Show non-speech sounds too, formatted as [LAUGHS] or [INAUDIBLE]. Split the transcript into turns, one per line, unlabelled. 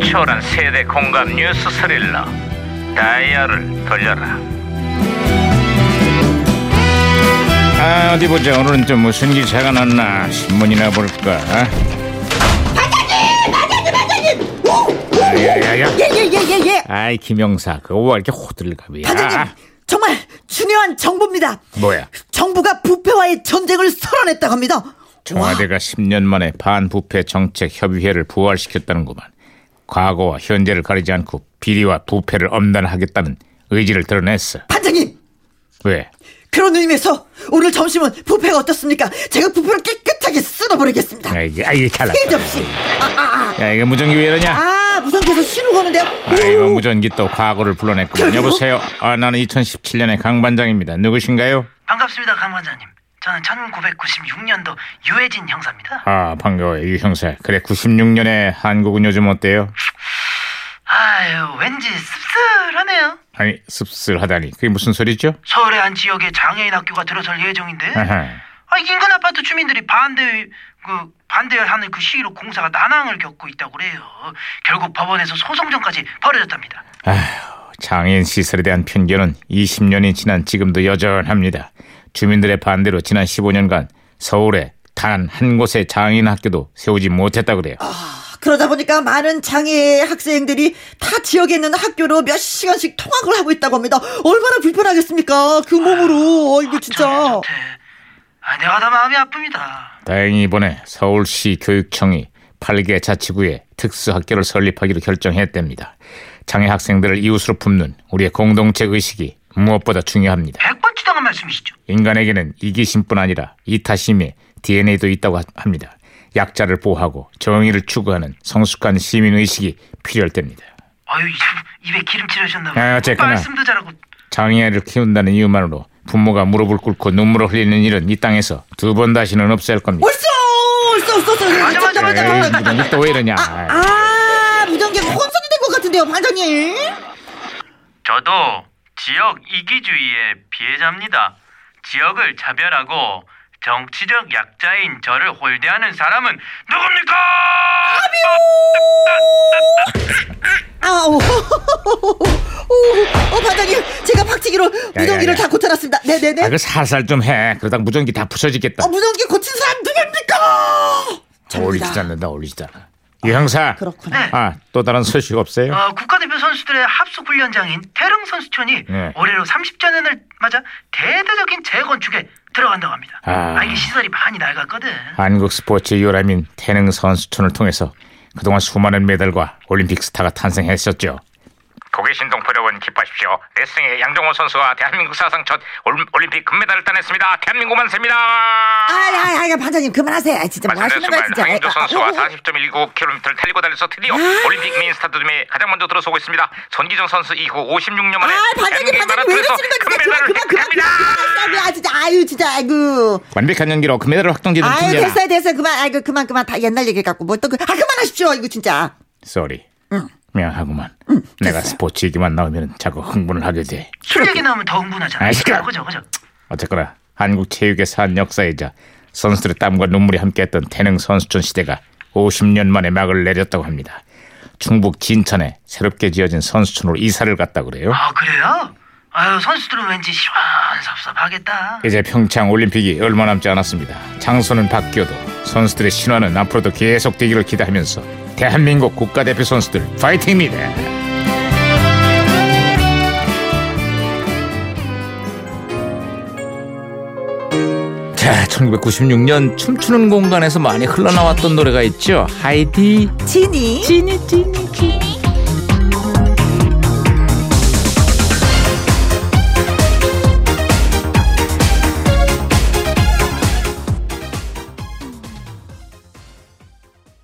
치열한 세대 공감 뉴스 스릴러 다이아를 돌려라 아 어디 보자 오늘은 또 무슨 기사가 났나 신문이나 볼까 야야야야
예예예예 예, 예, 예.
아이 김영사 그거 왜 이렇게 호들갑이야
반장님
아,
정말 중요한 정보입니다.
뭐야
정부가 부패와의 전쟁을 선언했다고 합니다.
청와대가 10년 만에 반부패 정책 협의회를 부활시켰다는구만. 과거와 현재를 가리지 않고 비리와 부패를 엄단하겠다는 의지를 드러냈어.
반장님
왜?
그런 의미에서 오늘 점심은 부패가 어떻습니까? 제가 부패를 깨끗하게 쓸어버리겠습니다.
아 이게 아 이게 잘났
필요 없이 아아
야 이거 무전기 왜 이러냐?
아, 아, 무전기에서 신호가 오는데요.
아이고 무전기 또 과거를 불러냈구만. 여보세요. 아 나는 2017년의 강 반장입니다. 누구신가요?
반갑습니다, 강 원장님. 저는 1996년도 유해진 형사입니다.
아 반가워요 유 형사. 그래 96년에 한국은 요즘 어때요?
아유, 왠지 씁쓸하네요.
아니 씁쓸하다니 그게 무슨 소리죠?
서울의 한 지역에 장애인 학교가 들어설 예정인데,
아하.
아, 인근 아파트 주민들이 반대 그 반대하는 그 시위로 공사가 난항을 겪고 있다고 그래요. 결국 법원에서 소송전까지 벌어졌답니다.
아휴, 장애인 시설에 대한 편견은 20년이 지난 지금도 여전합니다. 주민들의 반대로 지난 15년간 서울에 단 한 곳의 장애인 학교도 세우지 못했다 그래요.
그러다 보니까 많은 장애 학생들이 다 지역에 있는 학교로 몇 시간씩 통학을 하고 있다고 합니다. 얼마나 불편하겠습니까? 그 몸으로 어이구
아, 저는
진짜.
저태. 아, 내가 다 마음이 아픕니다.
다행히 이번에 서울시 교육청이 8개 자치구에 특수학교를 설립하기로 결정했답니다. 장애 학생들을 이웃으로 품는 우리의 공동체 의식이 무엇보다 중요합니다.
백번 지당한 말씀이시죠?
인간에게는 이기심뿐 아니라 이타심의 DNA도 있다고 하- 합니다. 약자를 보호하고 정의를 추구하는 성숙한 시민 의식이 필요할 때입니다.
아유, 입- 입에 기름 칠하셨나 봐요.
아, 어쨌거나.
말씀도 잘하고
장애아이를 키운다는 이유만으로 부모가 무릎을 꿇고 눈물을 흘리는 일은 이 땅에서 두 번 다시는 없어야 할 겁니다.
올쏘 올쏘 올쏘 올쏘.
맞아, 맞아, 맞아,
에이,
맞아.
무전기 또왜 이러냐?
아 무전기가 혼선이 된 것 같은데요 반장님
저도 지역 이기주의의 피해자입니다. 지역을 차별하고 정치적 약자인 저를 홀대하는 사람은 누굽니까?
[LAUGHS] 아우 오, 어, 반장님 제가 박치기로 무전기를
야, 야.
다 고쳐놨습니다 네네네
아, 그 살살 좀 해. 그러다 무전기 다 부서지겠다.
어, 무전기 고친 사람 누굽니까
어울리지 않는다, 어울리지 않아. 이 형사.
그렇구나
아, 또 다른 소식 없어요?
어, 국가대표 선수들의 합숙 훈련장인 태릉 선수촌이
네.
올해로 30주년을 맞아 대대적인 재건축에 들어간다고 합니다.
아.
아, 이게 시설이 많이 낡았거든.
한국 스포츠의 요람인 태능 선수촌을 통해서 그동안 수많은 메달과 올림픽 스타가 탄생했었죠.
고개신동포 여러분 기뻐하십시오. 레슬링의 양정호 선수가 대한민국 사상 첫 올- 올림픽 금메달을 따냈습니다. 대한민국 만세입니다.
아야야 반장님 그만하세요 아, 진짜 뭐 하시는 거야 진짜
황인조
아,
선수가
아,
40.19km를 달리고 달려서 드디어 올림픽 메인 스타디움에 가장 먼저 들어서고 있습니다. 전기정 선수 이후 56년 만에
아 반장님
대한민국
반장님 왜 이러시는 거야 진짜 그만
금메달을
그만 그만
획득합니다.
그만 아 진짜 아유 진짜 아이고
완벽한 연기로 그 금메달을 확정지는
아유
팀이야.
됐어요 됐어요 그만 아이고 그만 그만 다 옛날 얘기 갖고 뭐또아 그만하십시오 이거 진짜
쏘리. 미안하구만. 내가 스포츠 얘기만 나오면 자꾸 흥분을 하게 돼.
술 얘기 나오면 더 흥분하잖아.
아이, 시끄러워.
그죠, 그죠.
어쨌거나 한국 체육의 산 역사이자 선수들의 땀과 눈물이 함께했던 태능 선수촌 시대가 50년 만에 막을 내렸다고 합니다. 충북 진천에 새롭게 지어진 선수촌으로 이사를 갔다 그래요.
아, 그래요? 아유, 선수들은 왠지 시원섭섭하겠다.
이제 평창 올림픽이 얼마 남지 않았습니다. 장소는 바뀌어도 선수들의 신화는 앞으로도 계속되기를 기대하면서 대한민국 국가대표 선수들 파이팅입니다. 자, 1996년 춤추는 공간에서 많이 흘러나왔던 노래가 있죠. 하이디
지니
지니 지니 지니